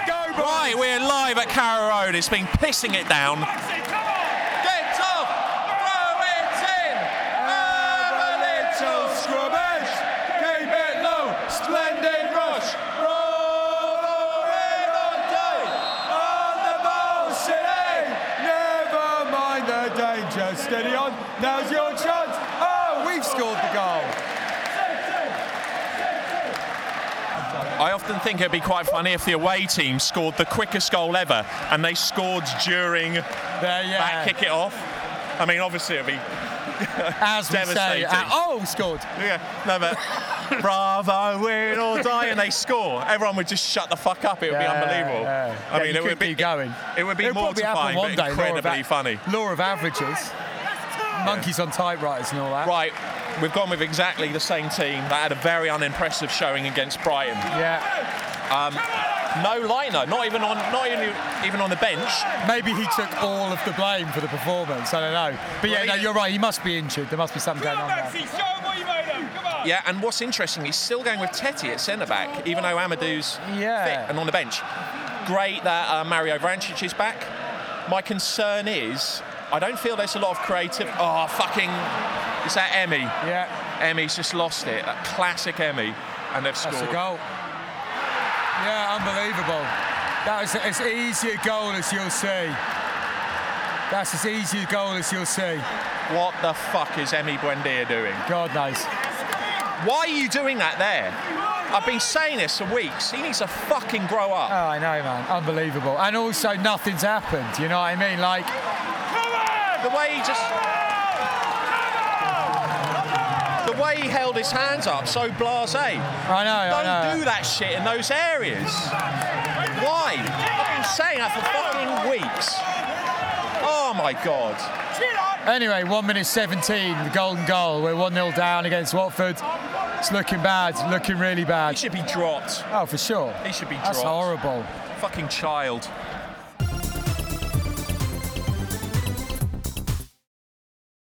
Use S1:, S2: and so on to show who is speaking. S1: Right, we're live at Carrow Road. It's been pissing it down. Get off! Robinson! Have a little scrubbage! Keep it low! Splendid rush! Roll over on day! On the ball, City! Never mind the danger. Steady on. Now's your chance. Oh, we've scored the goal. I often think it'd be quite funny if the away team scored the quickest goal ever and they scored during
S2: There, yeah.
S1: that kick it off. I mean, obviously it'd be
S2: As we say,
S1: Devastating.
S2: uh, oh, scored.
S1: yeah, no, but bravo, win or die, and they score. Everyone would just shut the fuck up. It would
S2: Yeah,
S1: be unbelievable.
S2: yeah.
S1: I
S2: Yeah,
S1: mean,
S2: you
S1: it
S2: could
S1: would be
S2: keep going.
S1: It would be
S2: It'll probably
S1: mortifying,
S2: happen
S1: but
S2: one day, law of
S1: incredibly
S2: a-
S1: funny.
S2: Law of averages. Monkeys on typewriters and all that.
S1: Right, we've gone with exactly the same team that had a very unimpressive showing against Brighton.
S2: Yeah.
S1: No liner, not even on, not even, even on the bench.
S2: Maybe he took all of the blame for the performance. I don't know. But yeah,
S1: Well,
S2: no,
S1: he-
S2: you're right. He must be injured. There must be something going on there.
S1: Yeah, and what's interesting, he's still going with Tetty at centre back, even though Amadou's
S2: Yeah.
S1: fit and on the bench. Great that uh, Mario Vrancic is back. My concern is, I don't feel there's a lot of creative. Oh, fucking. Is that Emmy?
S2: Yeah,
S1: Emmy's just lost it. That classic Emmy. And they've
S2: that's
S1: scored.
S2: a goal. Yeah, unbelievable. That is as easy a goal as you'll see. That's as easy a goal as you'll see.
S1: What the fuck is Emmy Buendia doing?
S2: God knows.
S1: Why are you doing that there? I've been saying this for weeks. He needs to fucking grow
S2: Oh,
S1: up.
S2: I know, man. Unbelievable. And also, nothing's happened. You know what I mean? Like,
S1: The way he just. The way he held his hands up, so blase.
S2: I know, I know.
S1: Don't do that shit in those areas. Why? I've been saying that for fucking weeks. Oh my god.
S2: Anyway, 1 minute 17, the golden goal. We're 1 0 down against Watford. It's looking bad, looking really
S1: He
S2: bad.
S1: should be dropped.
S2: Oh, for sure.
S1: He should be dropped.
S2: That's horrible.
S1: Fucking child.